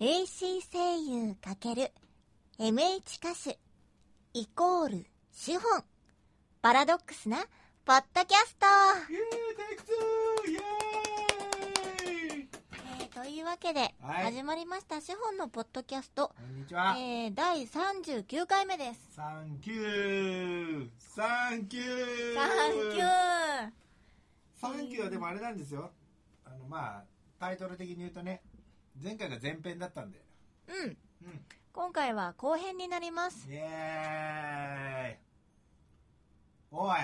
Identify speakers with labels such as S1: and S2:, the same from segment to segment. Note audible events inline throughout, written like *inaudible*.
S1: AC 声優 ×MH 歌手イコール資本パラドックスなポッドキャスト、
S2: イエーイテイクツーイエーイ
S1: えーというわけで
S2: はい
S1: 始まりました資本のポッドキャスト、
S2: こんにちは。
S1: えー、第39回目です
S2: サンキューサンキュー
S1: サンキュー
S2: サンキューはでもあれなんですよ。あの、まあ、タイトル的に言うとね、前回が前編だったんで。
S1: うん
S2: うん。
S1: 今回は後編になります
S2: イエーイおい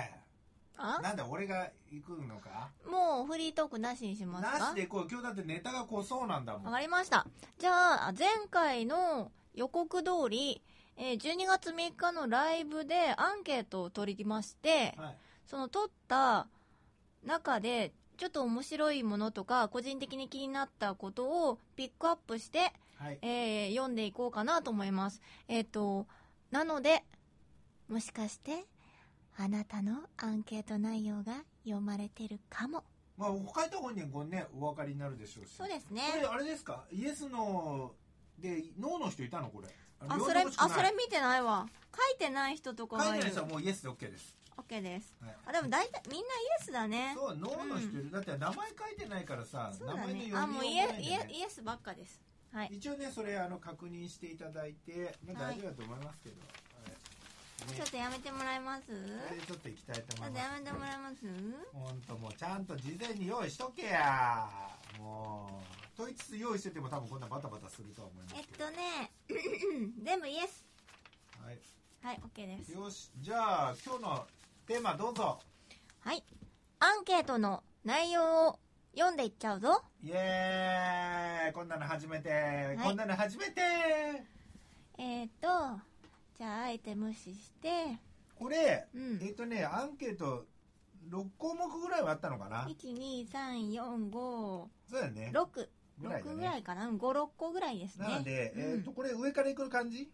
S1: あ
S2: なんだ俺が行くのか
S1: もうフリートークなしにしますか
S2: なしで行こう。今日だってネタが濃そうなんだも
S1: わ
S2: ん。
S1: かりました。じゃあ、前回の予告通り、えー12月3日のライブでアンケートを取りまして、
S2: はい。
S1: その取った中で、ちょっと面白いものとか、個人的に気になったことをピックアップして、
S2: はい。
S1: えー読んでいこうかなと思います。えっ、と、なので、もしかして、あなたのアンケート内容が読まれてるかも。
S2: まあ、書いた本人これね、お分かりになるでしょうし。
S1: そうですね。
S2: これあれですかイエスのでノーの人いたのこれ
S1: あそれ
S2: 呼んでほしく
S1: あ
S2: ない
S1: それ見てないわ書いてない人とか
S2: 書
S1: が
S2: いてないい
S1: る
S2: 人はもうイエスで OK です、
S1: オッケーです
S2: はい
S1: あでも大体みんなイエスだね
S2: そうノーの人いる、だって名前書いてないからさ、
S1: そう
S2: 名
S1: だ
S2: 前で
S1: ね
S2: 呼び
S1: あも
S2: ようも
S1: う
S2: ない
S1: イ
S2: ん
S1: エ
S2: だね
S1: イエイエスばっかですはい
S2: 一応ねそれあの確認していただいて、まあ、大丈夫だと思いますけど、はい
S1: ちょっとやめてもらえますち
S2: ね、これ
S1: ょ
S2: でちょっと行きたいと思
S1: っ
S2: い
S1: と
S2: ま
S1: や
S2: す
S1: めてもらえます
S2: ほんともうちゃんと事前に用意しとけやもうと言いつつ用意してても多分こんなバタバタするとは思いま
S1: えっ
S2: すけど、
S1: とね *clears throat* 全部イエス
S2: はい、
S1: はいオッケーです
S2: よしじゃあ今日のテーマどうぞ
S1: はいアンケートの内容を読んでいっちゃうぞ
S2: イエーイこんなの初めて、
S1: い
S2: こんなの初めて
S1: えっとじゃああえて無視して
S2: これ、
S1: うん
S2: えっ、とねアンケート6項目ぐらいはあったのかな
S1: 12345
S2: そうだよね
S1: 六
S2: ぐらいだ
S1: 六
S2: ね
S1: ぐらいかな、五六個ぐらいですね。
S2: なので、
S1: うん
S2: えっ、とこれ上からいく感じ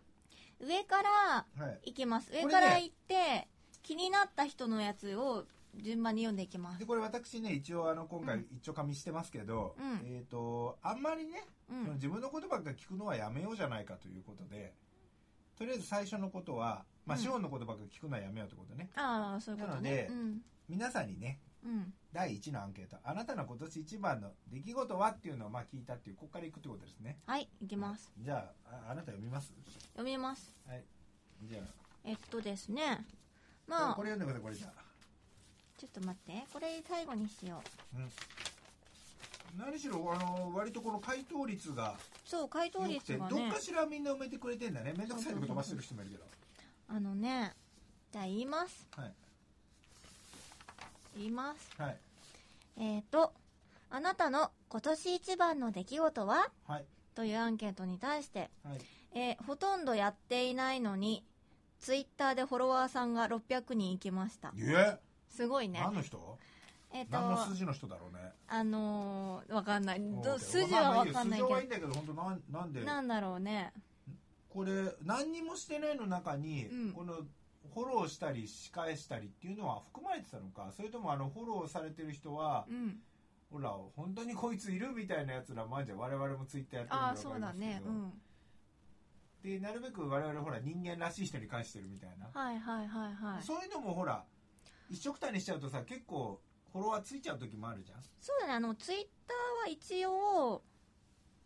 S1: 上から
S2: はい
S1: 行きます。
S2: れ
S1: 上
S2: ね
S1: から行って、気になった人のやつを順番に読んでいきます
S2: で。これ私ね一応あの今
S1: う
S2: 回
S1: ん
S2: 一応紙してますけど、
S1: うん
S2: えっ、とあんまりね、
S1: うん、
S2: 自分のことばっか聞くのはやめようじゃないかということでとりあえず最初のことはまあ、
S1: うん
S2: 資本のことばっか聞くのはやめようってことね
S1: ああそういうことね。
S2: なので
S1: うん
S2: 皆さんにね
S1: うん
S2: 第1のアンケート「あなたの今年一番の出来事は?」っていうのをまあ聞いたっていうここからいくってことですね
S1: はい行きます。
S2: じゃあああなた読みます
S1: 読みます。
S2: はいじゃ
S1: えっとですね。
S2: あ、
S1: まあ
S2: これ読んでくださいこれじゃあ
S1: ちょっと待ってこれ最後にしよう。
S2: 何しろあの割とこの回答率が
S1: そう回答
S2: 良くて、
S1: 率が
S2: どっ
S1: ね
S2: か。しらみんな埋めてくれてんだねめんどくさいとこ飛ばしてる人もいるけど
S1: あのねじゃあ言います
S2: はい
S1: 言います。
S2: はい
S1: えっとあなたの今年一番の出来事は
S2: はい
S1: というアンケートに対して。
S2: はい
S1: えーほとんどやっていないのにツイッターでフォロワーさんが600人いきました
S2: え
S1: すごいね
S2: 何の人
S1: えっ、
S2: 何の
S1: と
S2: 筋の人だろうね
S1: あのー、わかんないど
S2: うん
S1: 筋はわかんないけ
S2: 筋
S1: ど
S2: はいいんだけど本当なんなんで
S1: なんだろうね
S2: これ何にもしてないの中に、
S1: うん
S2: このフォローしたり仕返したりっていうのは含まれてたのかそれともあのフォローされてる人は
S1: う、ん
S2: ほら本当にこいついるみたいなやつらもあんじゃん我々もツイッターやってる
S1: ああ
S2: んで
S1: そ
S2: わ
S1: う
S2: か
S1: だ
S2: りますけ
S1: ね
S2: ど
S1: うん
S2: でなるべく我々ほら人間らしい人に返してるみたいな、
S1: はいはいはいはい
S2: そういうのもほら一緒くたにしちゃうとさ結構フォロワーついちゃう時もあるじゃん
S1: そうだねあのツイッターは一応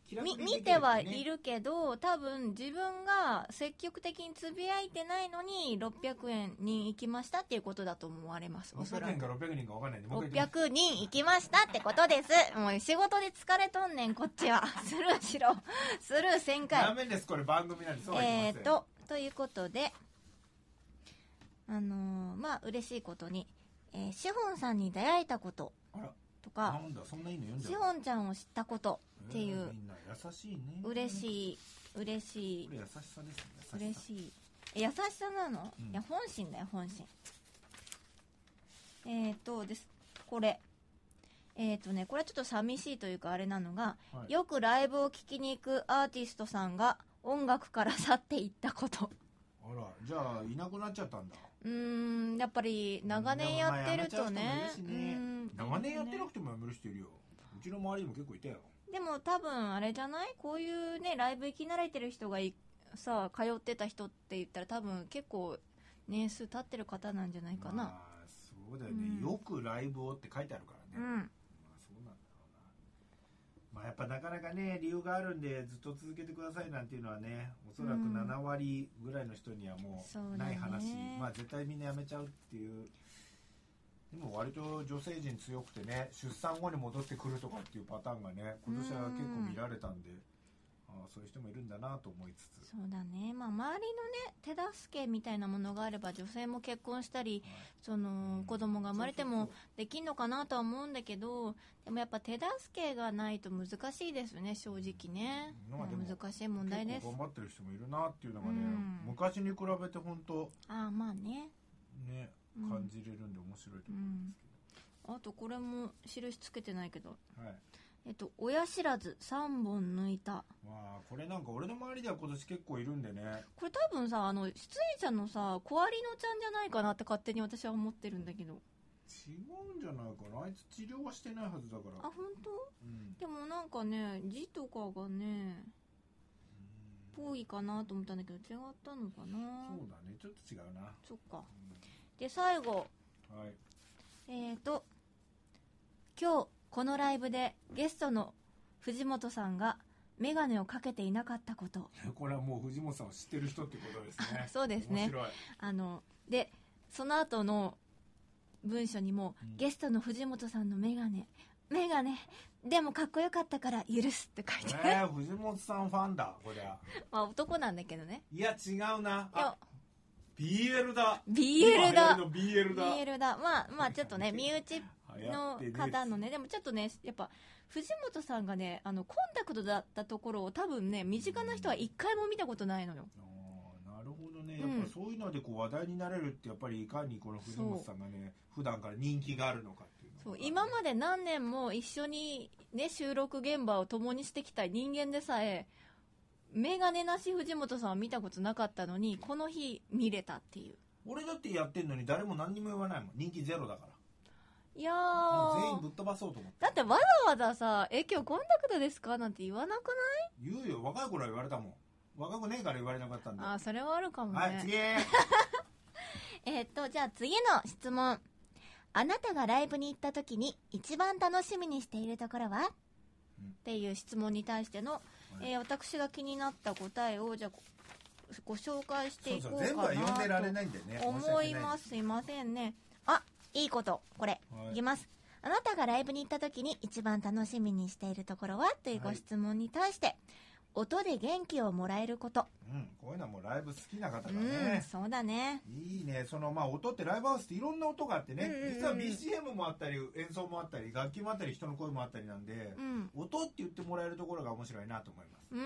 S2: 気楽
S1: み
S2: にでき
S1: 見
S2: る
S1: て
S2: よね
S1: はいるけど多分自分が積極的につぶやいてないのに600円に行きましたっていうことだと思われますおそら
S2: 600
S1: く
S2: 人か600人か分かんないんでもう一回言って
S1: 600人行きましたってことです。もう仕事で疲れとんねん、こっ
S2: *laughs*
S1: ちは。スルーしろ。スルーせん
S2: みますダ
S1: か
S2: メですこれ番組なんでそう
S1: い。
S2: はい
S1: えー
S2: きません
S1: と、ということで、あのーまあ、嬉しいことに、えー、シホンさんに出会えたこと
S2: あら
S1: とか、
S2: なんだそんないいの読んじゃ
S1: シ
S2: う
S1: ホンちゃんを知ったことってい
S2: えー
S1: う
S2: み、んな優しいね
S1: 嬉し
S2: い
S1: い、嬉しい
S2: こ、れ優しさですね優し
S1: 嬉
S2: さ
S1: しいえ優しさなの、
S2: うん
S1: いや本心だよ本心えっ、ー、とですこれえっ、ー、とねこれはちょっと寂しいというかあれなのが、
S2: はい
S1: よくライブを聴きに行くアーティストさんが音楽から去っていったこと
S2: あらじゃあいなくなっちゃったんだ
S1: うーんやっぱり長年やってるとね
S2: 長年やってなくてもやめる人いるようちの周りにも結構いたよ
S1: でも多分あれじゃないこういうねライブ行き慣れてる人がいさ通ってた人って言ったら多分結構年数経ってる方なんじゃないかな、
S2: まあ、そうだよね、
S1: うん
S2: よくライブをって書いてあるから
S1: う
S2: ね、まあ
S1: ん
S2: そうなんだろうなまあやっぱなかなかね理由があるんでずっと続けてくださいなんていうのはねおそらく
S1: うん
S2: 7割ぐらいの人にはも
S1: そうだ
S2: う
S1: ね
S2: ない話、まあ絶対みんな辞めちゃうっていうでも割と女性陣強くてね出産後に戻ってくるとかっていうパターンがね今年は結構見られたんで、ああそういう人もいるんだなと思いつつ、
S1: そうだねまあ周りのね手助けみたいなものがあれば女性も結婚したり
S2: はい
S1: その子供が生まれてもできんのかなとは思うんだけどでもやっぱ手助けがないと難しいですね正直ね、
S2: まあ
S1: まあ
S2: でも
S1: 難しい問題です
S2: 結構頑張ってる人もいるなっていうのがね、
S1: うん
S2: 昔に比べて本当
S1: ああまあね
S2: ね
S1: うん
S2: 感じれるんで面白いと思うんですけ
S1: あとこれも印つけてないけど
S2: ど、はい
S1: えっと親知らず3本抜いた
S2: まあこれなんか俺の周りでは今年結構いるんでね
S1: これ多分さあの出演者のさ小アリノちゃんじゃないかなって勝手に私は思ってるんだけど
S2: 違うんじゃないかなあいつ治療はしてないはずだか
S1: あ
S2: ら
S1: 本当
S2: うん
S1: でもなんかね字とかがね
S2: うん
S1: ぽいかなと思ったんだけど違ったのかな
S2: そうだねちょっと違うな、
S1: そっか
S2: う
S1: で最後
S2: んはい
S1: えーと今日このライブでゲストの藤本さんが眼鏡をかけていなかったこと
S2: これはもう藤本さんを知ってる人ってことですね
S1: そう *laughs* ですね
S2: 面白い
S1: あのでその後の文章にも、
S2: うん
S1: ゲストの藤本さんの眼鏡眼鏡でもかっこよかったから許すって書いてある、
S2: えー、藤本さんファンだこりゃ
S1: まあ男なんだけどね
S2: いや違うない
S1: や
S2: あ BL だ今
S1: BL だ
S2: 流行りの BL だ
S1: BL だまあまあちょっとね身内の方の
S2: ね
S1: ねでもちょっとねやっぱ藤本さんがねあのコンタクトだったところを多分ね身近な人は一回も見たことないのよ
S2: あーなるほどね、
S1: うん
S2: やっぱりそういうのでこう話題になれるってやっぱりいかにこの藤本さんがね普段から人気があるのかっていうのが
S1: そう今まで何年も一緒に、ね、収録現場を共にしてきた人間でさえ眼鏡なし藤本さんは見たことなかったのにこの日見れたっていう
S2: 俺だってやってんのに誰も何にも言わないもん人気ゼロだか
S1: いや
S2: らもう全員
S1: ー
S2: ぶっ飛ばそうと思って
S1: だってわざわざさ「え今日コンタクトですか?」なんて言わなく
S2: 言うよ若い頃は言われたもん若くねえから言われなかったんで
S1: ない
S2: は
S1: あそれはあるかもね、
S2: い次
S1: えーっとじゃあ次の質問あなたがライブに行った時に一番楽しみにしているところは、
S2: うん
S1: っていう質問に対しての、
S2: い
S1: えー私が気になった答えをじゃあごご紹介してい
S2: そ
S1: こ
S2: う
S1: う
S2: そう
S1: かな
S2: 全部は読んでられ
S1: と
S2: ないんだよね
S1: 思いますすすいませんねあいいことこれ、
S2: はい
S1: い、きますあなたがライブに行った時に一番楽しみにしているところはというご質問に対して、音で元気をもらえること、
S2: うん、こういうのはもうライブ好きな方が
S1: うん
S2: ね
S1: そうだね
S2: いいねそのまあ音ってライブハウスっていろんな音があってね、
S1: うんうんうん
S2: 実は BGM もあったり演奏もあったり楽器もあったり人の声もあったりなんで、
S1: うん
S2: 音って言ってもらえるところが面白いなと思います、
S1: うん
S2: は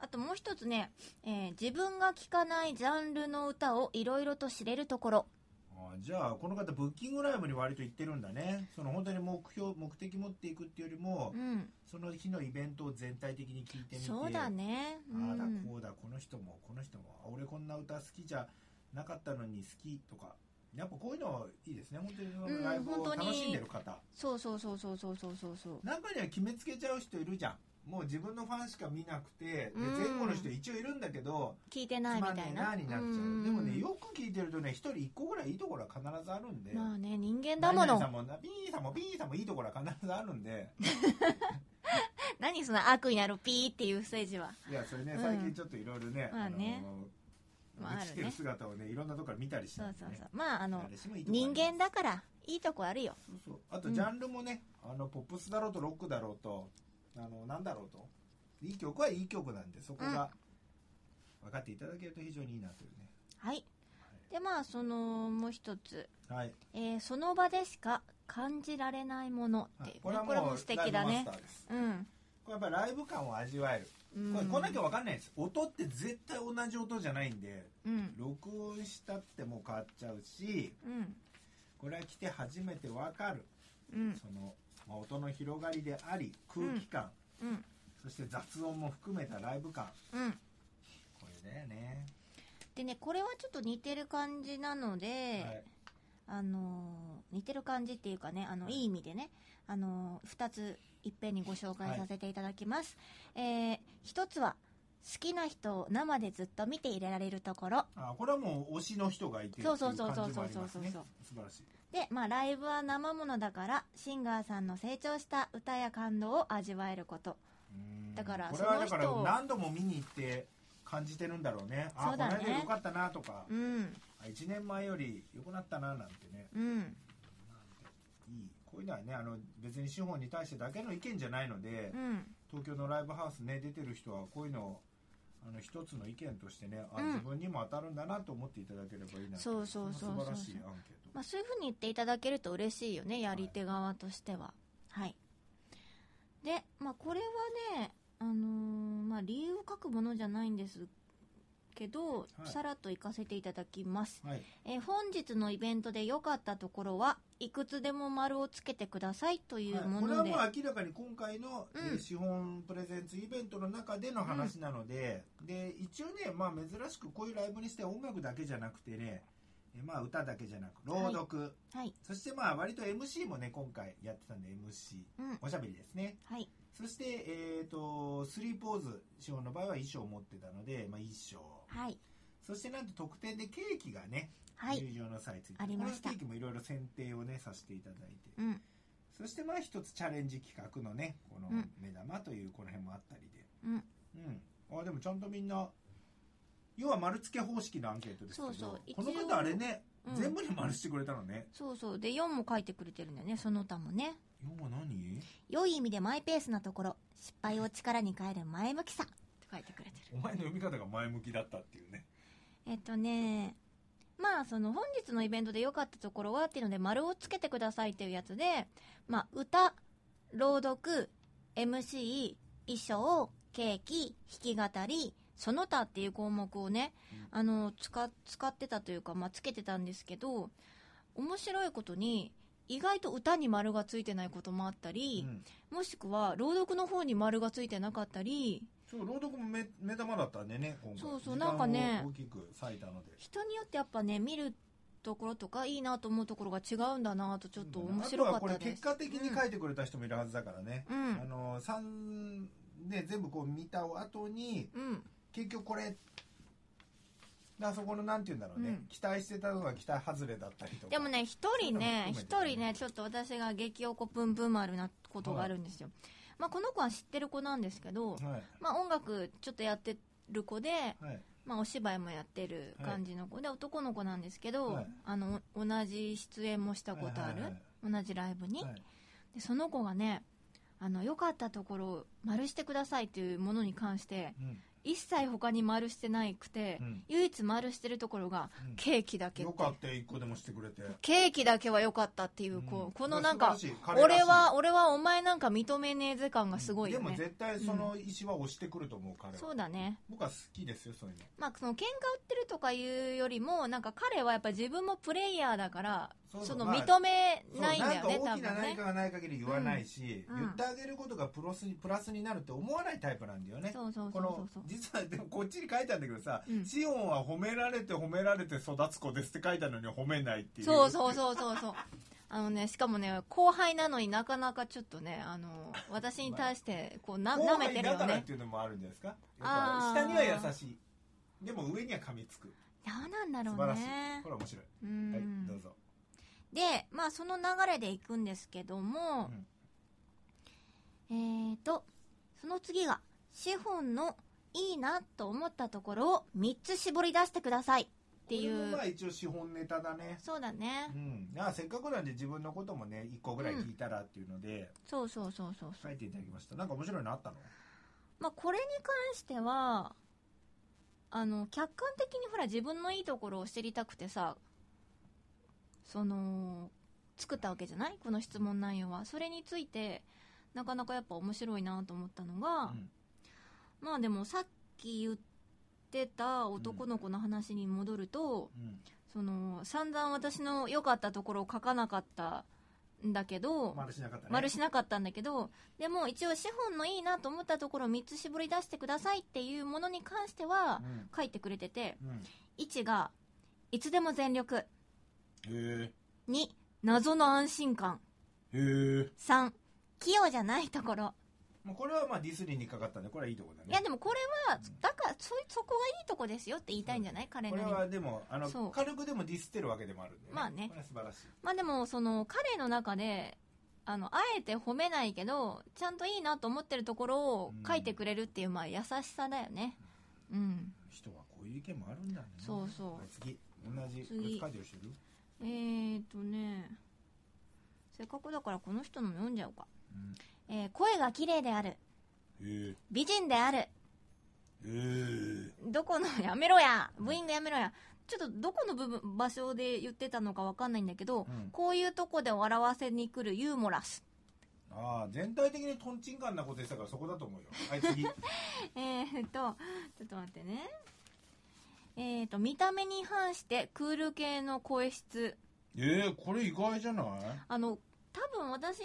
S1: あともう一つね、えー自分が聴かないジャンルの歌をいろいろと知れるところ
S2: い、あじゃあこの方ブッキングライブに割と行ってるんだねその本当に目標目的持っていくっていうよりも、
S1: うん
S2: その日のイベントを全体的に聞いてみて
S1: そうだねう
S2: ああだ
S1: ん
S2: こうだこの人もこの人もあ俺こんな歌好きじゃなかったのに好きとかやっぱこういうのいいですね本当にそのライブを
S1: うん本当に
S2: 楽しんでる方、
S1: そうそうそうそうそうそうそうそう
S2: 中には決めつけちゃう人いるじゃんもう自分のファンしか見なくてで
S1: うん
S2: 前後の人一応いるんだけど
S1: 聞いて
S2: つ
S1: ないみ
S2: まん
S1: た
S2: ね
S1: い
S2: えな
S1: な
S2: になっちゃ
S1: う
S2: うんでもねよく聞いてるとね一人一個ぐらいいいところは必ずあるんで
S1: まあね人間だ
S2: 何
S1: も
S2: 々
S1: の
S2: さんもな B さんも B さんもいいところは必ずあるんで
S1: 何その悪になるピーっていうステージはい
S2: やそれね
S1: うん
S2: 最近ちょっといろいろね
S1: まあね
S2: あの
S1: まああるね
S2: 落ちてる姿をねいろんなとこから見たりして
S1: そうそうそうまああの
S2: 誰しもいいとこあり
S1: 人
S2: ます
S1: 間だからいいとこあるよ
S2: そうそうあとジャンルもね、あのポップスだろうとロックだろうとあのなんだろうといい曲はいい曲なんでそこが分かっていただけると非常にいいなというね
S1: はいでまあそのもう一つ、
S2: はい
S1: えーその場でしか感じられないものっていうね、これも素敵だ
S2: ライ
S1: ね
S2: ブマスターです
S1: うん
S2: これやっぱりライブ感を味わえる
S1: うん
S2: これこんなきゃ分かんないです音って絶対同じ音じゃないんで
S1: うん
S2: 録音したってもう変わっちゃうし
S1: うん
S2: これは来て初めて分かる
S1: うん
S2: その、まあ音の広がりであり空気感、
S1: うん
S2: そして雑音も含めたライブ感
S1: うん
S2: これだよね
S1: でねこれはちょっと似てる感じなので、
S2: はい
S1: あのー似てる感じっていうかねあのいい意味でね、あの2ついっぺんにご紹介させていただきます、え1つは好きな人を生でずっと見ていられるところ
S2: あこれはもう推しの人がいてってい
S1: そ
S2: う
S1: う
S2: 感じ
S1: そう
S2: も
S1: そう
S2: あ
S1: そう
S2: ります
S1: そ
S2: ね
S1: うそう
S2: 素晴らしい
S1: で、まあ、ライブは生ものだからシンガーさんの成長した歌や感動を味わえること
S2: うん
S1: だから
S2: これはだから
S1: その人を
S2: 何度も見に行って感じてるんだろうねあ
S1: そうだね
S2: この間よかったなとか、
S1: うん
S2: あ1年前より良くなったななんてね
S1: うん
S2: いいこういうのはねあの別に司法に対してだけの意見じゃないので、
S1: うん
S2: 東京のライブハウスね出てる人はこういうのをあの一つの意見としてねあ、
S1: うん
S2: 自分にも当たるんだなと思っていただければいいなと
S1: そうそうそうそう
S2: 素晴らしいアンケート、
S1: まあ、そういうふうに言っていただけると嬉しいよねやり手側としてははいで、まあ、これはね、あのーまあ、理由を書くものじゃないんですけど、
S2: い
S1: さらっと行かせていただきます、
S2: はい
S1: えー本日のイベントで良かったところはいくつでも丸をつけてくださいという
S2: はい
S1: も
S2: これ
S1: の
S2: は
S1: で、
S2: もう明らかに今回の、えー
S1: うん
S2: 資本プレゼンツイベントの中での話なので、で一応ね、まあ、珍しくこういうライブにして音楽だけじゃなくてね、えーまあ、歌だけじゃなく朗読、
S1: はい
S2: そしてまあ割と MC もね今回やってたんで MC
S1: うん
S2: おしゃべりですね
S1: はい
S2: そしてえっ、とスリーポーズ資本の場合は衣装を持ってたので、まあ、衣装
S1: はい
S2: そしてなんと特典でケーキがね、
S1: はい
S2: 入場の際ついて
S1: ありました
S2: このケーキもいろいろ選定をねさせていただいて
S1: うん
S2: そしてまあ一つチャレンジ企画のねこの
S1: うん
S2: 目玉というこの辺もあったりで
S1: うん
S2: うん、あでもちゃんとみんな要は丸付け方式のアンケートですけど
S1: そうそう
S2: この
S1: 一応
S2: 方あれね、
S1: うん
S2: 全部に丸してくれたのね
S1: そうそうで4も書いてくれてるんだよねその他もね
S2: 要は何
S1: 良い意味でマイペースなところ失敗を力に変える前向きさって書いてくれてる
S2: お前の読み方が前向きだったっていうね
S1: えっとねまあその本日のイベントで良かったところはっていうので丸をつけてくださいっていうやつで、まあ、歌朗読 MC 衣装ケーキ弾き語りその他っていう項目をね、あの使使ってたというか、まあ、つけてたんですけど面白いことに意外と歌に丸がついてないこともあったり、
S2: うん
S1: もしくは朗読の方に丸がついてなかったり
S2: そう朗読も目目玉だったんでね今回
S1: そうそう
S2: 時間を
S1: なんかね
S2: 大きく割いたので
S1: 人によってやっぱね見るところとかいいなと思うところが違うんだなとちょっと面白
S2: あ
S1: か
S2: とはこ
S1: った
S2: れ
S1: です
S2: 結果的に書いてくれた人もいるはずだからね、
S1: うん
S2: あの3ね全部こう見た後に
S1: うん
S2: 結局これあそこのなんて言うんだろうね、
S1: うん
S2: 期待してたのが期待外れだったりとか
S1: でもね一人ね
S2: そうい
S1: 一
S2: うのも含めてね
S1: 人ねちょっと私が激おこぷんぷん丸なことがあるんですよ、まあ、この子は知ってる子なんですけど、
S2: はい
S1: まあ、音楽ちょっとやってる子で、
S2: はい
S1: まあ、お芝居もやってる感じの子で、男の子なんですけど、
S2: はい
S1: あの同じ出演もしたことある、
S2: はいはい
S1: 同じライブに、
S2: はい
S1: でその子がねあの良かったところを丸してくださいというものに関して
S2: うん
S1: 一切他に丸してないくて、
S2: うん
S1: 唯一丸してるところが
S2: うん
S1: ケーキだけ
S2: よかった1個でもしてくれて、
S1: ケーキだけは良かったっていうこう、
S2: うん
S1: このなんか
S2: 素晴らしい彼らし
S1: 俺
S2: い
S1: は俺はお前なんか認めねえぜ感がすごいよ
S2: でも
S1: ね、
S2: 絶対その意思は押してくると思う彼は、
S1: そうだね
S2: 僕は好きですよそういうの
S1: まあその喧嘩売ってるとかいうよりもなんか彼はやっぱ自分もプレイヤーだから
S2: そう
S1: そ
S2: そう
S1: の
S2: まあ
S1: 認め
S2: そう
S1: ないんだよね
S2: な
S1: 多
S2: んか大きな
S1: 分
S2: 何
S1: ね
S2: かがない限り言わないし、
S1: うんうん
S2: 言ってあげることがプロスにプラスになるって思わないタイプなんだよね
S1: そうそうそ
S2: こ
S1: う
S2: の
S1: そう
S2: 実はでもこっちに書いたんだけどさ、
S1: うん
S2: シオンは褒められて褒められて育つ子ですって書いたのに褒めないっていう
S1: そうそうそうそうそうあのねしかもね後輩なのになかなかちょっとねあの私に対してこうな
S2: 後
S1: 舐め
S2: 輩
S1: てる
S2: だ
S1: よ
S2: からっ
S1: ね
S2: ていうのもあるんじゃないですか
S1: あー
S2: やっぱ下には優しいでも上には噛みつく
S1: 何なんだ
S2: 素
S1: ろ
S2: 晴
S1: う
S2: らしい
S1: ね
S2: これ面白い、
S1: う
S2: はい
S1: ん
S2: どうぞ
S1: でまあその流れでいくんですけども、えーとその次が資本のいいなと思ったところを3つ絞り出してくださいってい
S2: これも
S1: う
S2: まあ一応資本ネタだね
S1: そうだね
S2: うん、あせっかくなんで自分のこともね1個ぐらい聞いたらっていうので
S1: そうそうそうそう
S2: 書いていただきましたなんか面白いのあったの
S1: まあ、これに関してはあの客観的にほら自分のいいところを知りたくてさその作ったわけじゃないこの質問内容はそれについてなかなかやっぱ面白いなと思ったのが、
S2: うん
S1: まあでもさっき言ってた男の子の話に戻ると、その散々私の良かったところを書かなかったんだけど、
S2: うん、丸しなかったね
S1: 丸しなかったんだけどでも一応資本のいいなと思ったところを3つ絞り出してくださいっていうものに関しては
S2: うん
S1: 書いてくれてて
S2: うん
S1: 1がいつでも全力
S2: へえ
S1: 2謎の安心感
S2: へえ。
S1: 3器用じゃないところ
S2: もうこれはまあディスリーにかかったんで、これはいいとこだね。
S1: いやでもこれは
S2: うん
S1: だからそそこがいいとこですよって言いたいんじゃない彼
S2: こ
S1: な
S2: れ
S1: りに
S2: はでも、あの、
S1: そう
S2: 軽くでもディスってるわけでもあるんで、
S1: まあね
S2: これは素晴らしい。
S1: まあでもその彼の中であのあえて褒めないけどちゃんといいなと思ってるところを書いてくれるっていうまあ優しさだよねうん
S2: 人はこういう意見もあるんだね。
S1: そうそう
S2: はい次、同じ、
S1: 次
S2: これ書いてる人いる
S1: えー、っとねせっかくだからこの人のも読んじゃおうか、えー声が綺麗である
S2: うん。へえ。
S1: 美人である
S2: へえ。
S1: どこのやめろやブーイングやめろやちょっとどこの部分場所で言ってたのかわかんないんだけど、
S2: うん
S1: こういうとこで笑わせに来るユーモラス
S2: ああ、全体的にトンチンカンなこと言ってたからそこだと思うよ。はい、次。
S1: えー、っと、ちょっと待ってね。えー、っと、見た目に反してクール系の声質。
S2: *laughs* ええこれ意外じゃない
S1: あの、多分私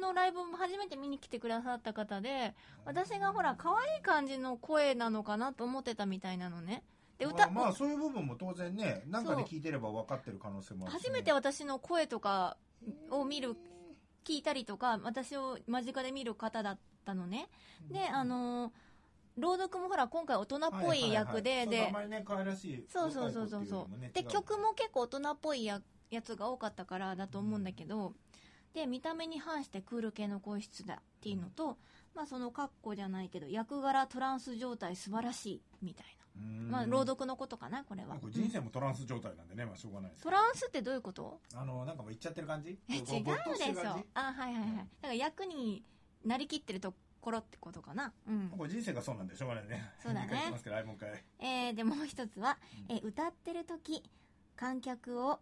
S1: のライブも初めて見に来てくださった方で、私がほら、可愛い感じの声なのかなと思ってたみたいなのね。で、
S2: ま
S1: 歌、
S2: あ、まあそういう部分も当然ね、なんか
S1: そ
S2: で
S1: う
S2: 聞いてれば分かってる可能性もあるし
S1: 初めて私の声とかを見る、聞いたりとか、私を間近で見る方だったのね。で、あの朗読もほら、今回大人っぽい役で、
S2: はいはいはい
S1: で、
S2: そうあまりね可愛らしい
S1: そうそうそうそう
S2: 若い子っていより
S1: そ
S2: も
S1: う
S2: ね
S1: で
S2: 違う
S1: 曲も結構大人っぽいややつが多かったからだと思うんだけど、で見た目に反してクール系の声質だっていうのと、まあその格好じゃないけど役柄トランス状態素晴らしいみたいうな、
S2: ん
S1: まあ朗読のことかなこれは
S2: なんか人生もトランス状態なんでねまあしょうがないです
S1: トランスってどういうこと
S2: あのなんかもう言っちゃってる感じ
S1: え違う
S2: こぼっと
S1: で
S2: して
S1: し
S2: る
S1: ょ
S2: 感じ
S1: あはいはいはいだから役になりきってるところってことかなうん
S2: これ人生がそうなんでしょうがないね
S1: そうだね
S2: 二回言ってますけどはいもう一回
S1: えー、でもう一つは、
S2: う
S1: えー歌ってる時観客を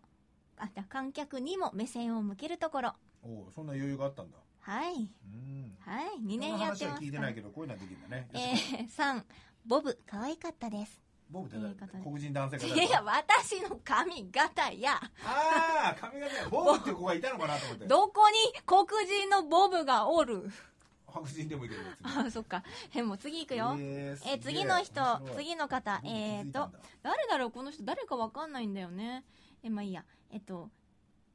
S1: あじゃあ観客にも目線を向けるところ
S2: おおそんな余裕があったんだ
S1: はい
S2: うん
S1: はい、2年やって
S2: この話
S1: ま
S2: は
S1: す
S2: 聞いて
S1: か
S2: な
S1: ら
S2: いけどこういうのはできるんだね、
S1: えー、3、ボブ、可愛かったです。
S2: ボブって誰
S1: ということで
S2: 黒人男性が誰
S1: いや、私の髪型や、
S2: ああ髪型
S1: *laughs*
S2: ボブって子がいたのかなと思って
S1: どこに黒人のボブがおる
S2: 白人でもいるよ別に
S1: あ、そっか。え、もう次行くよ。
S2: えーすげ
S1: え
S2: え
S1: 次の人
S2: 面白い、
S1: 次の方、
S2: 僕気
S1: え
S2: づ
S1: ー
S2: いた
S1: と
S2: ん、だ
S1: 誰だろう、この人、誰かわかんないんだよね。え、まあいいや。えっと、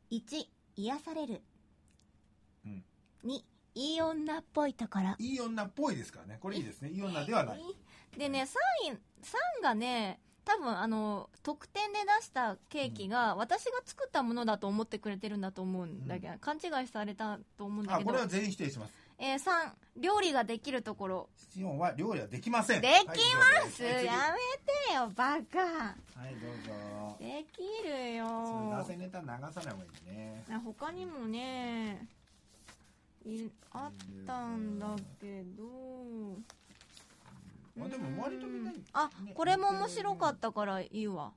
S1: 1、癒される。
S2: うん
S1: 2、いい女っぽいところ。
S2: いい女っぽいですからねこれいいですねいい女ではない
S1: でね3位3がね多分あの特典で出したケーキが私が作ったものだと思ってくれてるんだと思うんだけど、勘違いされたと思うんだ
S2: あ
S1: け
S2: こ
S1: ど
S2: れ、は全員否定します
S1: えー3料理ができるところ
S2: 7音は料理はできません
S1: できます、
S2: はい
S1: やめてよバカ
S2: はいどうぞ
S1: できる
S2: その
S1: よ
S2: 男性ネタ流さない方がいいね
S1: あ他にもねいあったんだけど
S2: あでも割とみんなに
S1: あ
S2: ね
S1: これも面白かったからいいわ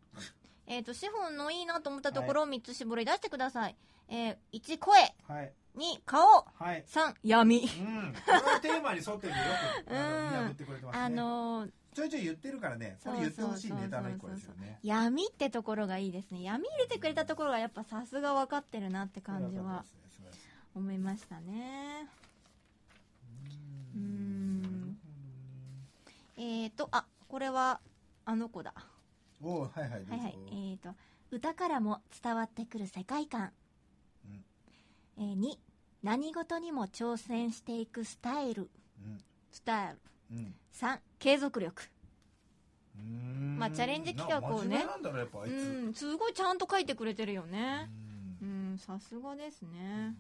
S1: えっと資本のいいなと思ったところを3つ絞り出してください、えー、1声
S2: はい
S1: 2顔
S2: はい
S1: 3闇
S2: うんこれはテーマに沿ってるよく
S1: うん
S2: あの見破ってくれてますね
S1: あのー
S2: ちょいちょい言ってるからねこれ言ってほしいネタの一個ですよね
S1: 闇ってところがいいですね闇入れてくれたところがやっぱさすが分かってるなって感じは
S2: 素晴らしい
S1: 思いましたね
S2: うー
S1: うん
S2: なる
S1: えっ、とあこれはあの子だ
S2: ほどねおーはいはいど
S1: はい
S2: うぞ
S1: はいえっ、と歌からも伝わってくる世界観、
S2: うん
S1: えー、2何事にも挑戦していくスタイル
S2: うん
S1: スタイル
S2: うん
S1: 3継続力
S2: うーん
S1: まあチャレンジ企画をね
S2: な真面目なんだろやっぱあ
S1: う
S2: いつ
S1: んすごいちゃんと書いてくれてるよね
S2: う
S1: うんんさすがですね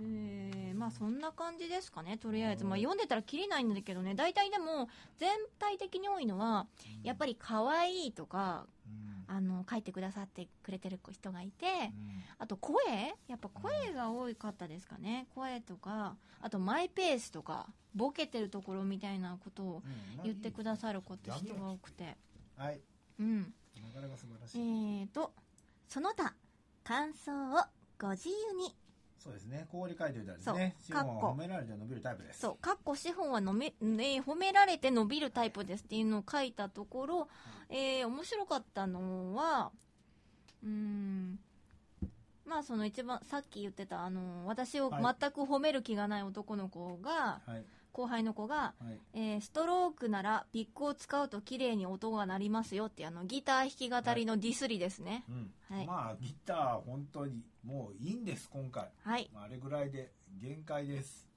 S1: えー、まあそんな感じですかねとりあえず、まあ、読んでたらきりないんだけどね大体でも全体的に多いのはやっぱり可愛いとか
S2: うん
S1: あの書いてくださってくれてる人がいて
S2: うん
S1: あと声やっぱ声が多かったですかね声とかあとマイペースとかボケてるところみたいなことを言ってくださる子って人が多くて
S2: はい
S1: うん
S2: なかなか素晴らし
S1: え
S2: い
S1: ーと、その他、感想をご自由に。
S2: そうですねここに書いておいたんですね
S1: そう
S2: シモン
S1: かっこ
S2: は褒められて伸びるタイプです
S1: そう、かっこ資本はのめ、ね、褒められて伸びるタイプですっていうのを書いたところ、えー、面白かったのは、うーん、まあその一番、さっき言ってた、あの、私を全く褒める気がない男の子が、
S2: はい
S1: 後輩の子が、
S2: はい
S1: えーストロークならピックを使うと綺麗に音が鳴りますよってあのギター弾き語りのディスりですね
S2: うん
S1: はい
S2: まあギター本当にもういいんです今回
S1: はい
S2: まああれぐらいで限界です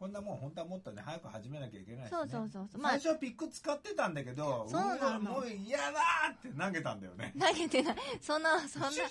S2: こんなもん本当はもっとね早く始めなきゃいけないし、ね、
S1: そうそうそうそうまあ
S2: 最初はピック使ってたんだけど
S1: そうなの
S2: わもう嫌だーって投げたんだよね
S1: 投げてないそんなそんな
S2: シュシュ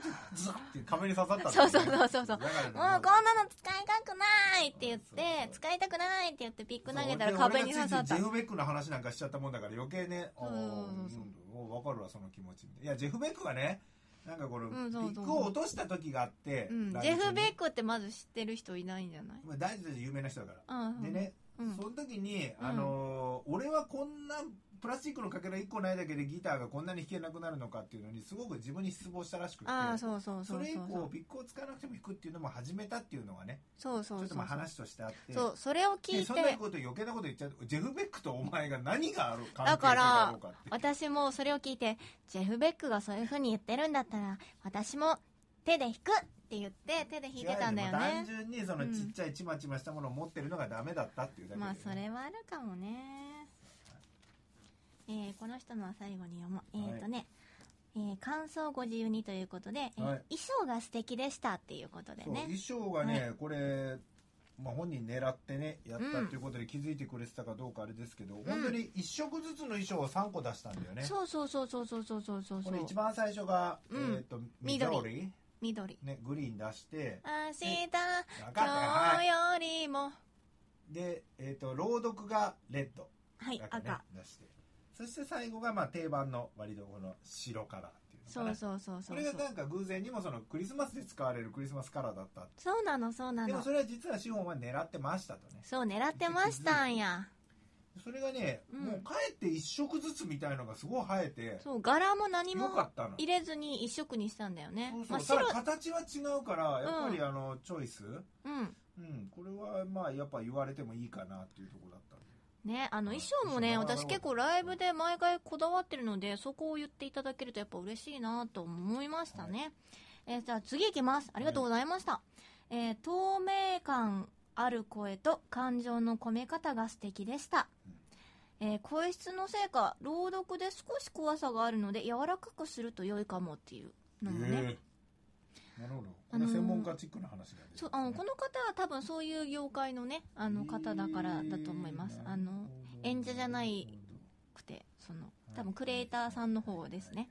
S2: シュシュってズッて壁に刺さったんだ
S1: そう
S2: よね
S1: そうそうそうそう
S2: だからね
S1: もうこんなの使いたくないって言っ
S2: そうそうそ
S1: て
S2: う
S1: 使いたくないって言ってピック投げたら
S2: そう
S1: 壁に刺
S2: 俺
S1: さ
S2: が
S1: っ
S2: ついつい
S1: た
S2: ジェフ・ベックの話なんかしちゃったもんだから余計ねあー
S1: そうそうそう
S2: うん分かるわその気持ちいやジェフ・ベックがねなんかこれ、
S1: んそうそう
S2: ピックを落とした時があって、
S1: うんジ
S2: ライ
S1: ェ
S2: ブ中
S1: フ・
S2: に
S1: ベックってまず知ってる人いないんじゃない
S2: まあ大事で有名な人だから、
S1: うん
S2: でね、
S1: うん
S2: その時に、
S1: うん
S2: あのー俺はこんなプラスチックのかけら1個ないだけでギターがこんなに弾けなくなるのかっていうのにすごく自分に失望したらしくて
S1: ああそうそうそ
S2: そ
S1: うそう
S2: れ以
S1: そう
S2: 降ピックを使わなくても弾くっていうのも始めたっていうのがね
S1: そうそう
S2: ちょっとまあ
S1: そう
S2: 話としてあって
S1: そうそれを聞
S2: で
S1: い
S2: そんな
S1: て
S2: こと余計なこと言っちゃうジェフ・ベックとお前が何がある関
S1: だ
S2: 係性
S1: か
S2: だ
S1: ら
S2: ろうかって
S1: 私もそれを聞いてジェフ・ベックがそういう風に言ってるんだったら私も手で弾くって言って手で弾いてたんだよ
S2: 違うよもう
S1: ね
S2: 単純にその
S1: うん
S2: ちっちゃいちまちましたものを持ってるのがダメだったっていうだけで、
S1: まあそれはあるかもね、えーこの人のは最後に読もうえっ、とね、えー感想ご自由にということで、えー
S2: はい
S1: 衣装が素敵でしたっていうことで
S2: そう
S1: ね
S2: 衣装がね、これ、まあ、本人狙ってねやったということで気づいてくれてたかどうかあれですけど、本当に1色ずつの衣装を3個出したんだよね
S1: そうそうそうそうそうそうそうそう
S2: これ一番最初が、
S1: うん
S2: えっと
S1: 緑
S2: 緑
S1: 緑
S2: ね、グリーン出して
S1: 明日
S2: 分かった
S1: 今
S2: は
S1: 日
S2: い
S1: よりも
S2: で、えっと朗読がレッド
S1: はい、
S2: だけ、ね
S1: 赤、
S2: 出してそして最後がまあ定番の割とこの白カラーっていうのか
S1: そ
S2: な
S1: うそうそうそ
S2: こ
S1: う
S2: れ
S1: そ
S2: が
S1: う
S2: なんか偶然にもそのクリスマスで使われるクリスマスカラーだった
S1: そうなのそうな
S2: でも
S1: の
S2: それは実は資本は狙ってましたとね
S1: そう狙ってましたんや
S2: それがね、
S1: うん
S2: もうかえって一色ずつみたいのがすごい生えて
S1: そう柄も何
S2: よ
S1: も
S2: かったの
S1: 入れずに一色にしたんだよね
S2: そう
S1: まあ
S2: そう
S1: 白
S2: ただ形は違うからやっぱり
S1: う
S2: あのチョイス、うん
S1: うん
S2: これはまあやっぱ言われてもいいかなっていうところだったんで
S1: ねあの
S2: うん
S1: 衣装もね
S2: 衣装も
S1: 私結構ライブで毎回こだわってるのでそこを言っていただけるとやっぱ嬉しいなと思いましたね、えーじゃあ次いきますありがとうございました、えー透明感ある声と感情の込め方が素敵でした、えー声質のせいか朗読で少し怖さがあるので柔らかくすると良いかもっていうのもね、
S2: えなるほど
S1: あ
S2: こ
S1: の
S2: の
S1: ー
S2: 専門家チックな話が出て
S1: そうあのこの方は多分そういう業界のねあの方だからだと思います、あの演者じゃないくてその多分クリエイターさんの方ですね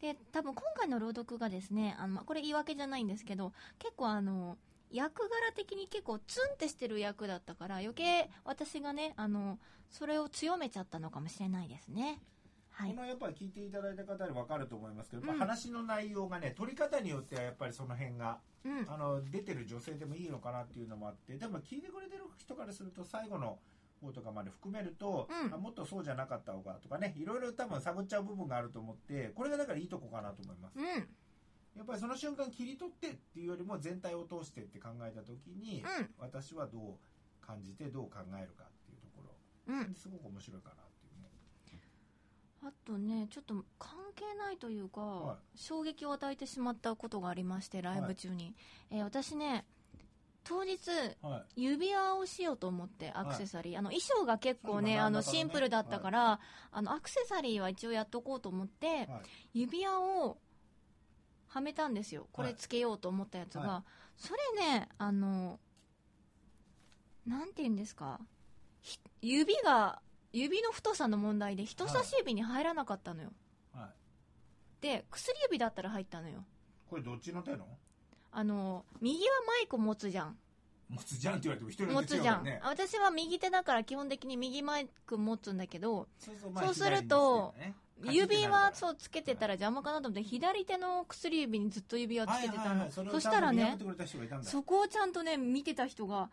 S1: で多分今回の朗読がですねあのまあこれ言い訳じゃないんですけど結構あの役柄的に結構ツンってしてる役だったから余計私がねあのそれを強めちゃったのかもしれないですねはい
S2: このやっぱり聞いていただいた方で分かると思いますけど、
S1: う
S2: まあ、
S1: ん
S2: 話の内容がね取り方によってはやっぱりその辺が
S1: うん
S2: あの出てる女性でもいいのかなっていうのもあってでも聞いてくれてる人からすると最後の方とかまで含めると、
S1: うん
S2: あもっとそうじゃなかった方がとかねいろいろ多分探っちゃう部分があると思ってこれがだからいいとこかなと思います、
S1: うんうん
S2: やっぱりその瞬間切り取ってっていうよりも全体を通してって考えた時に、私はどう感じてどう考えるかっていうとこ
S1: うん
S2: ろすごく面白いかなっていうね
S1: あとねちょっと関係ないというか、
S2: は
S1: 衝撃を与えてしまったことがありましてライブ中に、えー私ね当日
S2: はい
S1: 指輪をしようと思ってアクセサリー、あの衣装が結構ね
S2: そう今
S1: あ
S2: 真ん中の
S1: の
S2: ね
S1: シンプルだったから、あのアクセサリーは一応やっとこうと思って、
S2: はい
S1: 指輪をはめたんですよこれつけようと思ったやつが、
S2: は
S1: それねあのなんて言うんですかひ指が指の太さの問題で人差し指に入らなかったのよ、
S2: はい
S1: で薬指だったら入ったのよ
S2: これどっちの手の
S1: あの右はマイク持つじゃん
S2: 持つじゃんって言われても一人の
S1: 持
S2: 手
S1: つ
S2: 違う
S1: じ
S2: か
S1: ゃ
S2: ら
S1: ん、
S2: ね
S1: あ私は右手だから基本的に右マイク持つんだけど
S2: そうそう
S1: そうすると指は
S2: う
S1: そうつけてたら邪魔かなと思って左手の薬指にずっと指輪つけてたの、
S2: はいはいはいそれを
S1: そしたらね
S2: ちゃんと見破ってくれた人がいたんだ
S1: そこをちゃんとね見てた人が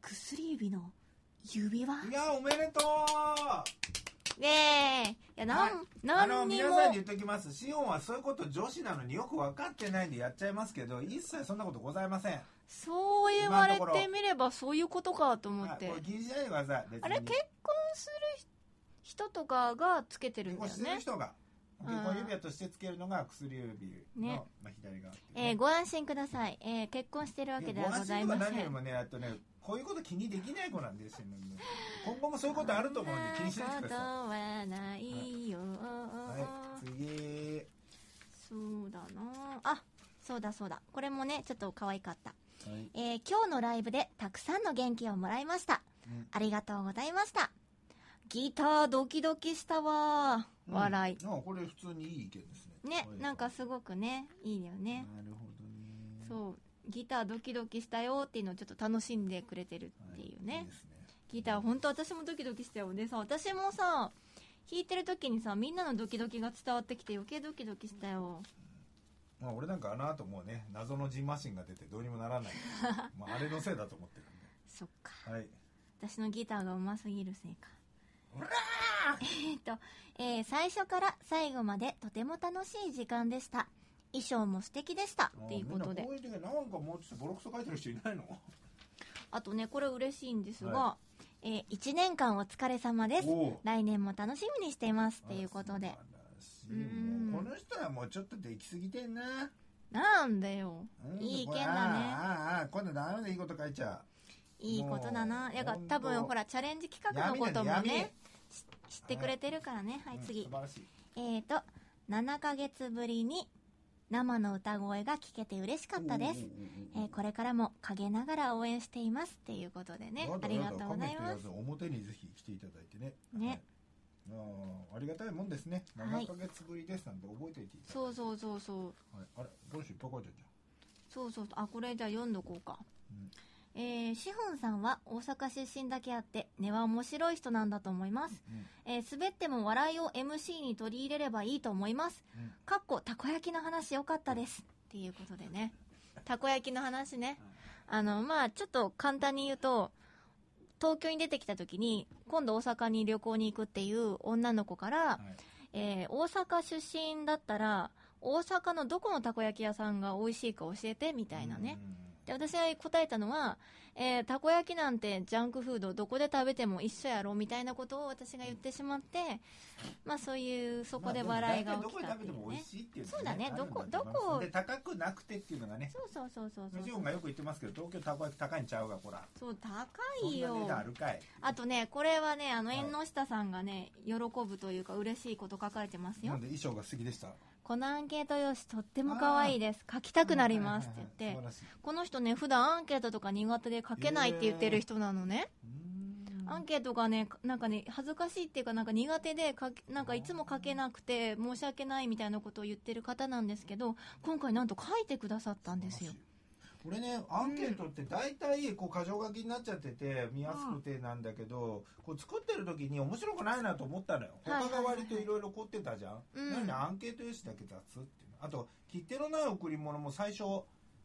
S1: 薬指の指輪
S2: いやおめでとう
S1: ねえいやなん、
S2: あ
S1: な
S2: の
S1: んに
S2: 皆
S1: も
S2: さんに言っときますシオンはそういうこと女子なのによく分かってないんでやっちゃいますけど一切そんなことございませんはい
S1: そう言われてみればそういうことかと思っ
S2: こ
S1: て
S2: れ気にしないでください別に
S1: あれ結婚する人とかがつけてる
S2: 結
S1: んだ
S2: 婚
S1: よ
S2: して
S1: ね
S2: る人が
S1: うん
S2: 結婚指輪としてつけるのが薬指の、
S1: ね
S2: まあ、左側っていうね
S1: えーご安心ください、えー結婚してるわけではございま
S2: ご
S1: せ
S2: 安心とか何より
S1: ん
S2: もねあとねこういうこと気にできない子なんですよ、
S1: *laughs*
S2: ね、今後もそういうことあると思うんで気にしないでくだ
S1: そんな
S2: さ
S1: ことはないよ、
S2: いはい次
S1: そうだなあそうだそうだこれもねちょっと可愛かった、
S2: はい
S1: えー今日のライブでたくさんの元気をもらいました
S2: うん
S1: ありがとうございましたギタードキドキしたわー笑い、
S2: うんあこれ普通にいい意見ですね
S1: ね
S2: はい
S1: なんかすごくねいいよ
S2: な
S1: ね、
S2: るほどね
S1: そうギタードキドキしたよっていうのをちょっと楽しんでくれてるっていうね、
S2: はいいですね
S1: ギター本当私もドキドキしたよねさ私もさ弾いてる時にさみんなのドキドキが伝わってきて余計ドキドキしたよ
S2: まあ俺なんかあの後もうね謎のジンマシンが出てどうにもな
S1: *laughs*
S2: らないまああれのせいだと思ってるん
S1: そっか
S2: ではい
S1: 私のギターがうますぎるせいかえーっと、えー最初から最後までとても楽しい時間でした衣装も素敵でしたっていうこと
S2: あ
S1: で
S2: みんなこういう時はなんかもうちょっとボロクソ書いてる人いないの
S1: あとねこれ嬉しいんですが、
S2: は
S1: え1年間お疲れ様です
S2: おう
S1: 来年も楽しみにしていますっていうことで
S2: あ素晴
S1: う
S2: らしい
S1: ん
S2: もうこの人はもうちょっとできすぎてんな
S1: なんだよ
S2: うん
S1: いい意見
S2: これ
S1: だね
S2: ああああ今度ダメでいいこと書いちゃ
S1: いいことだな
S2: もう
S1: やが
S2: 本当
S1: 多分ほらチャレンジ企画のことも
S2: 闇だ
S1: ね
S2: ね
S1: し知ってくれてるからね
S2: う
S1: はい
S2: うん
S1: 次
S2: 素晴らしい
S1: えーと7ヶ月ぶりに生の歌声が聞けて嬉しかったです
S2: うんうんうんうん
S1: えーこれからも陰ながら応援していますっていうことでね
S2: やだ
S1: ありがとうござい
S2: やだ亀
S1: ま
S2: って
S1: す
S2: やつ表にぜひ来ていただいてね。
S1: ね
S2: はい。あーありがたいもんですね。
S1: はい
S2: 7ヶ月ぶりですなんて覚えておいていただいて
S1: そうそうそうそう
S2: はい、あれどうしよういっぱい書いてあるじ
S1: そうそうあこれじゃあ読んどこうか
S2: うん
S1: えー、シホンさんは大阪出身だけあって根は面白い人なんだと思います、えー滑っても笑いを MC に取り入れればいいと思います
S2: ゃん。うん。
S1: かっこたこ焼きの話良かったですっていうことでねたこ焼きの話ねあのまあちょっと簡単に言うと東京に出てきた時に今度大阪に旅行に行くっていう女の子から、
S2: はい。
S1: えー大阪出身だったら大阪のどこのたこ焼き屋さんが美味しいか教えてみたいなね
S2: うんうんうん。
S1: で私が答えたのは、えーたこ焼きなんてジャンクフードどこで食べても一緒やろみたいなことを私が言ってしまってまあそういうそこで笑いが起きた
S2: まあ
S1: っ
S2: で
S1: て
S2: も大体どこで食べ
S1: い
S2: て
S1: う
S2: も美
S1: ね
S2: 味しいっていうの
S1: そう
S2: が
S1: だ
S2: ね
S1: ね
S2: あるん
S1: どこ
S2: だと思いま
S1: ど
S2: す
S1: こ
S2: で高くなくてっていうのがね。
S1: そうそうそうそう
S2: ジ
S1: そ
S2: オン
S1: う
S2: がよく言ってますけど東京たこ焼き高いんちゃうがこら。
S1: そう
S2: そ
S1: 高い
S2: んな値段あ
S1: よ
S2: るかい。
S1: あとねこれはねあの
S2: はい
S1: 縁の下さんがね喜ぶというか嬉しいこと書かれてます
S2: な
S1: よ
S2: んで衣装が素敵でした。
S1: このアンケート用紙とっても可愛いです書きたくなりますって言って
S2: はいはいはい素晴らしい
S1: この人ね普段アンケートとか苦手で書けないって言ってる人なのね、
S2: うん
S1: アンケートがねなんかね恥ずかしいっていうかなんか苦手で書けなんかいつも書けなくて申し訳ないみたいなことを言ってる方なんですけど今回なんと書いてくださったんですよ
S2: 俺ねアンケートって大体こう箇条書きになっちゃってて見やすくてなんだけど、こう作ってる時に面白くないなと思ったのよ
S1: はい
S2: 他が割といろいろ凝ってたじゃん、
S1: うん
S2: なのにアンケート用紙だけ雑っていうのあと「切手のない贈り物」も最初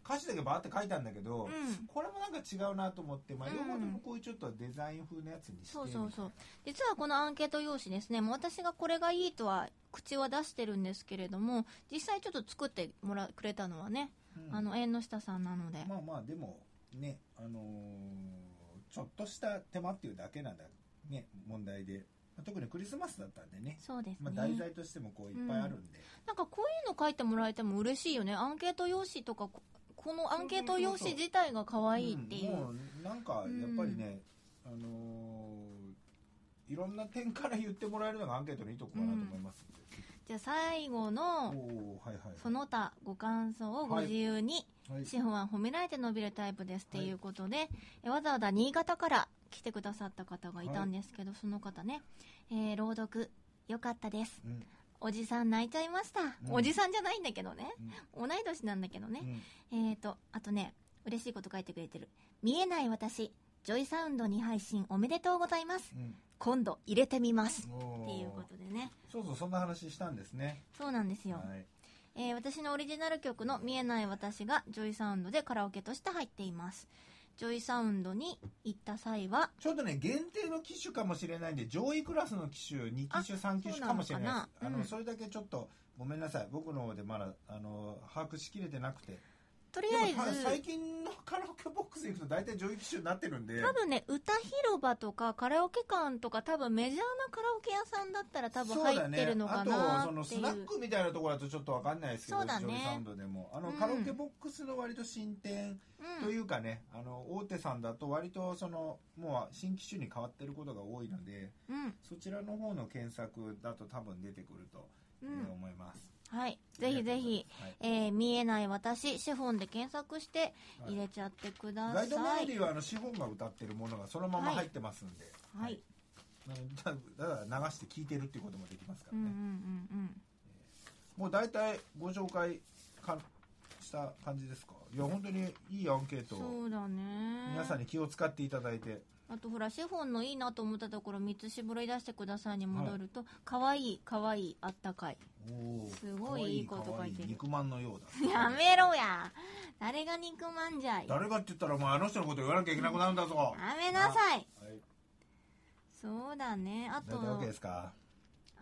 S2: 歌詞だけバーって書いたんだけど、
S1: うん
S2: これもなんか違うなと思って、まあ、
S1: うん
S2: 両方ともこういうちょっとデザイン風のやつにして
S1: そうそうそう実はこのアンケート用紙ですねもう私がこれがいいとは口は出してるんですけれども実際ちょっと作ってもらくれたのはね、
S2: うん
S1: あの縁の下さんなので、
S2: まあまあでもねあのーちょっとした手間っていうだけなんだね問題でまあ特にクリスマスだったんでね
S1: そうですね、
S2: まあ、題材としてもこういっぱいあるんで、
S1: なんかこういうの書いてもらえても嬉しいよねアンケート用紙とかここのアンケート用紙自体が可愛いっていう、
S2: んもうなんかやっぱりね、あのーいろんな点から言ってもらえるのがアンケートのいいとこかなと思いますんで、
S1: じゃあ最後の
S2: おおはいはい
S1: その他ご感想をご自由に、
S2: はい
S1: シホは褒められて伸びるタイプですっていうことで、えわざわざ新潟から来てくださった方がいたんですけど、その方ね、えー朗読よかったです
S2: うん
S1: おじさん泣いちゃいました、
S2: うん
S1: おじさんじゃないんだけどね同い年なんだけどね
S2: う、ん
S1: えーとあとね嬉しいこと書いてくれてる見えない私ジョイサウンドに配信おめでとうございます
S2: うん
S1: 今度入れてみます
S2: うんおー
S1: っていうことでね
S2: そうそうそんな話したんですね
S1: そうなんですよ、
S2: はい
S1: えー私のオリジナル曲の「見えない私」がジョイサウンドでカラオケとして入っていますジョイサウンドに行った際は
S2: ちょっとね限定の機種かもしれないんで上位クラスの機種2機種3機種かもし
S1: そうな
S2: れないです
S1: のかな
S2: あ
S1: う
S2: の
S1: ん
S2: それだけちょっとごめんなさい僕の方でまだあの把握しきれてなくて
S1: とりあ
S2: でもただ
S1: え
S2: 最
S1: ず
S2: 近のカラオケボックス行くと大体上位機種になってるんで
S1: 多分ね歌広場とかカラオケ館とか多分メジャーなカラオケ屋さんだったら多分入ってるのか
S2: そうだね、あ
S1: な
S2: とその
S1: っていう
S2: スナックみたいなところだとちょっとわかんないですけど
S1: そうだね
S2: ジョイサウンドでもあの、
S1: うん
S2: カラオケボックスの割と新店
S1: うん
S2: というかね、あの大手さんだと割とそのもう新機種に変わってることが多いので
S1: うん
S2: そちらの方の検索だと多分出てくると
S1: う
S2: えー
S1: ん
S2: 思います、
S1: はいぜひぜひ、
S2: はい
S1: えー見えない私シフォンで検索して
S2: はい
S1: 入れちゃってくださ
S2: ガイ
S1: い
S2: ドメロディーはあの資本が歌ってるものがそのまま
S1: はい
S2: 入ってますんで、 *laughs*
S1: はい、
S2: なのでだだから流して聴いてるっていうこともできますか
S1: う
S2: ら
S1: んうん
S2: ね、もう大体ご紹介かした感じですかいや本当にいいアンケート
S1: うんうん
S2: を
S1: そうだね
S2: 皆さんに気を使っていただいて
S1: あとほらシフォンのいいなと思ったところ3つ絞り出してくださいに戻ると「かわいいかわいいあったかい
S2: おー
S1: すごい
S2: かわ
S1: いいこと書いてる
S2: かわ肉まんのよ」うだ
S1: やめろや誰が肉まんじゃいや
S2: 誰がって言ったらお前あの人のこと言わなきゃいけなくなるんだぞは
S1: めなさい
S2: い
S1: そうだねあと
S2: 大体 OK ですか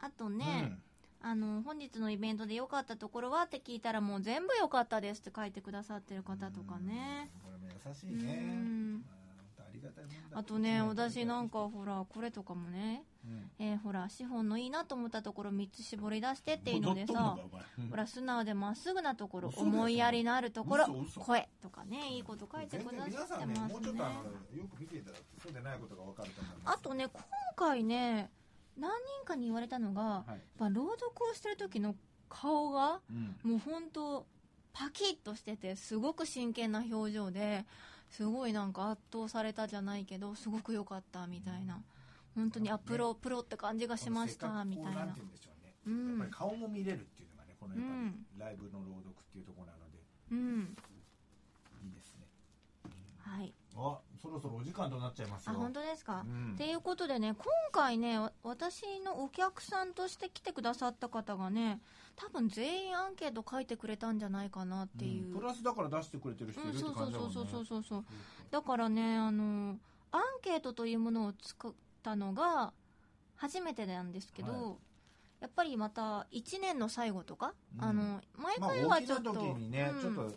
S1: あとね、あの本日のイベントで良かったところはって聞いたらもう全部良かったですって書いてくださってる
S2: うん
S1: 方とかね
S2: うんこれも優し
S1: う
S2: いね
S1: ん
S2: まあ本当ありがたいもんだ
S1: あとね私なんかほらこれとかもね
S2: うん
S1: えーほら資本のいいなと思ったところ3つ絞り出してっていうので
S2: 踊っ
S1: さ
S2: とんのかお前うん
S1: ほら素直でまっすぐなところ
S2: 嘘だよ
S1: 思いやりのあるところ
S2: 嘘嘘
S1: 声とかねいいこと書いてくだ
S2: 全然皆
S1: さっ
S2: さ
S1: て
S2: んね
S1: ま
S2: もうち
S1: す
S2: ょっ
S1: ね
S2: とあのよく見ていただくとそうでないことが分かると思います
S1: あとね今回ね何人かに言われたのがやっ
S2: はい
S1: ぱ朗読をしてる時の顔が
S2: うん
S1: もう本当パキッとしててすごく真剣な表情ですごいなんか圧倒されたじゃないけどすごく良かったみたいな本当にあプロプロって感じがしましたみたい
S2: このせっかくこうなん
S1: な
S2: て言うんでしょうね
S1: う
S2: やっぱり
S1: ん
S2: 顔も見れるっていうのがねこのやっぱ
S1: うん
S2: りライブの朗読っていうところなので
S1: うん
S2: いいですね
S1: はい
S2: あそろそろお時間となっちゃいます
S1: あ
S2: よ
S1: 本当ですか
S2: うん
S1: っていうことでね今回ねわ私のお客さんとして来てくださった方がね多分全員アンケート書いてくれたんじゃないかなっていう、
S2: んプラスだから出してくれてる人いる
S1: う
S2: っ
S1: ん、
S2: て
S1: そうそ
S2: 感
S1: う
S2: じだもんね
S1: そうそうそうそう
S2: うん
S1: だからねあのアンケートというものを作ったのが初めてなんですけど、
S2: は
S1: やっぱりまた1年の最後とか、
S2: うん
S1: あの毎
S2: まあ
S1: 回は
S2: 大き
S1: ちょ
S2: な
S1: っと、
S2: 時にね
S1: うん
S2: ちょっと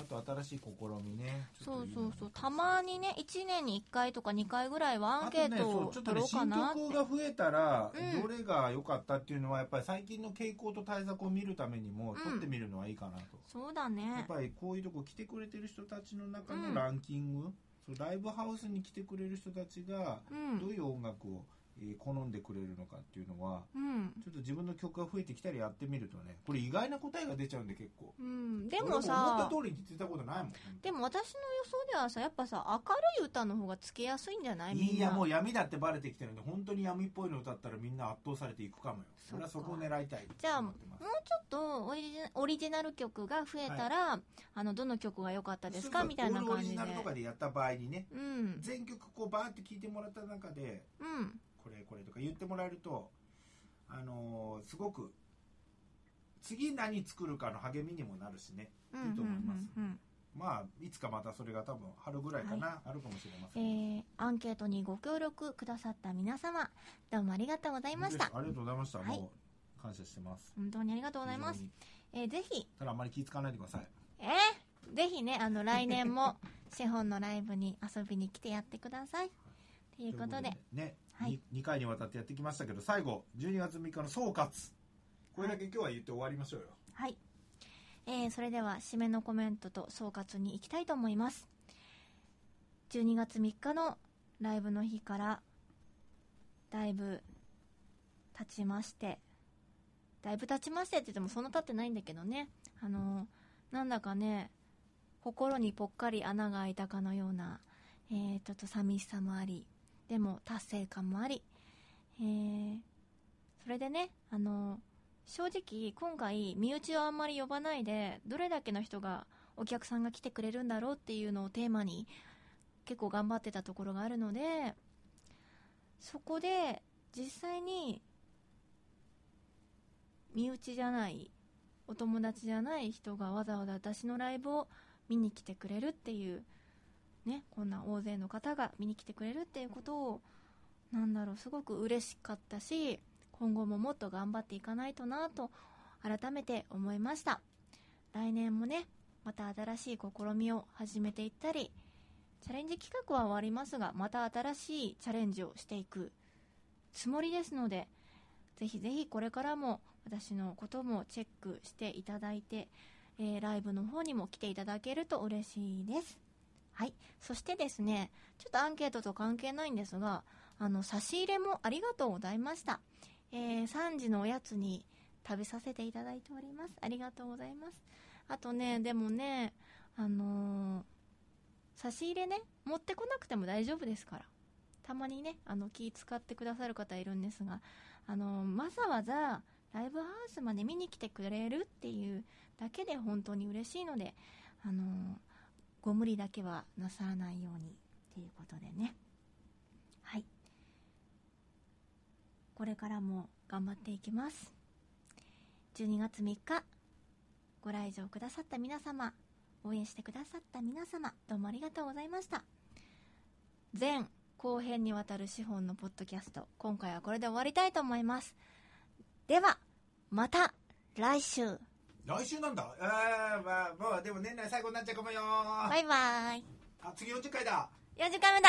S2: あと新しい試みねちょ
S1: そ
S2: っと
S1: う
S2: いい
S1: そ
S2: の
S1: うそうたまにね1年に1回とか2回ぐらいはアンケート
S2: あとね
S1: を
S2: そう
S1: 取ろう
S2: ちょ
S1: か
S2: っとね
S1: なって、
S2: 新曲が増えたら、
S1: うん
S2: どれが良かったっていうのはやっぱり最近の傾向と対策を見るためにも
S1: うん
S2: 取ってみるのはいいかなと、
S1: そうだ
S2: や
S1: ね
S2: っぱりこういうとこ来てくれてる人たちの中
S1: うん
S2: のランキング、そうライブハウスに来てくれる人たちが
S1: う
S2: どうんいう音楽を、えー好んでくれるのかっていうのは
S1: うん
S2: ちょっと自分の曲が増えてきたりやってみるとねこれ意外な答えが出ちゃうんで結構
S1: うん、でも
S2: 俺
S1: さ
S2: 思った通りに言ってたことないもん
S1: でも私の予想ではさやっぱさ明るい歌の方がつけやすいんじゃないみんない
S2: やもう闇だってバレてきてるんで本当に闇っぽいの歌ったらみんな圧倒されていくかもよ
S1: そっか
S2: 俺はそこを狙いたい
S1: じゃあ
S2: と思ってます
S1: もうちょっとオリジナオリジナル曲が増えたら、あのどの曲が良かったですかみたいな
S2: オ
S1: 感
S2: リ
S1: じ
S2: ジ
S1: で
S2: ナルとかでやった場合にね
S1: うん
S2: 全曲こうバーって聴いてもらった中で
S1: うん
S2: これこれとか言ってもらえるとあのーすごく次何作るかの励みにもなるしね
S1: うん
S2: いいと思います
S1: うんうん
S2: まあいつかまたそれが多分春ぐらいかな、あるかもしれま
S1: う
S2: せん
S1: んえーアンケートにご協力くださった皆様どうもありがとうございました
S2: ありがとうございました、
S1: はい
S2: もう感謝してます
S1: 本当にありがとうございます
S2: 非常
S1: え
S2: に
S1: ーぜひ
S2: ただあんまり気付かないでください
S1: えーぜひねあの来年もシェホンのライブに遊びに来てやってくださいということで
S2: ね、
S1: はい
S2: に2回にわたってやってきましたけど最後12月3日の総括これだけ今日は言って終わりましょうよ
S1: はい、えーそれでは締めのコメントと総括に行きたいと思います12月3日のライブの日からだいぶ経ちましてだいぶ経ちましてって言ってもそんな経ってないんだけどねあのなんだかね心にぽっかり穴が開いたかのような、えーちょっと寂しさもありでも達成感もあり、えーそれでねあの正直今回身内をあんまり呼ばないでどれだけの人がお客さんが来てくれるんだろうっていうのをテーマに結構頑張ってたところがあるのでそこで実際に身内じゃないお友達じゃない人がわざわざ私のライブを見に来てくれるっていうねこんな大勢の方が見に来てくれるっていうことをなんだろうすごく嬉しかったし今後ももっと頑張っていかないとなと改めて思いました来年もねまた新しい試みを始めていったりチャレンジ企画は終わりますがまた新しいチャレンジをしていくつもりですのでぜひぜひこれからも私のこともチェックしていただいて、えーライブの方にも来ていただけると嬉しいですはいそしてですねちょっとアンケートと関係ないんですがあの差し入れもありがとうございました、えー3時のおやつに食べさせていただいておりますありがとうございますあとねでもねあのー差し入れね持ってこなくても大丈夫ですからたまにねあの気使ってくださる方いるんですがあのーわざわざライブハウスまで見に来てくれるっていうだけで本当に嬉しいのであのーご無理だけはなさらないようにっていうことでねはいこれからも頑張っていきます12月3日ご来場くださった皆様応援してくださった皆様どうもありがとうございました前後編にわたる資本のポッドキャスト今回はこれで終わりたいと思いますではまた来週
S2: 来週なんだえー、まあ、まあ、でも年内最後になっちゃうかもよ
S1: バイバイ
S2: あ、次40回だ
S1: 4時間目だ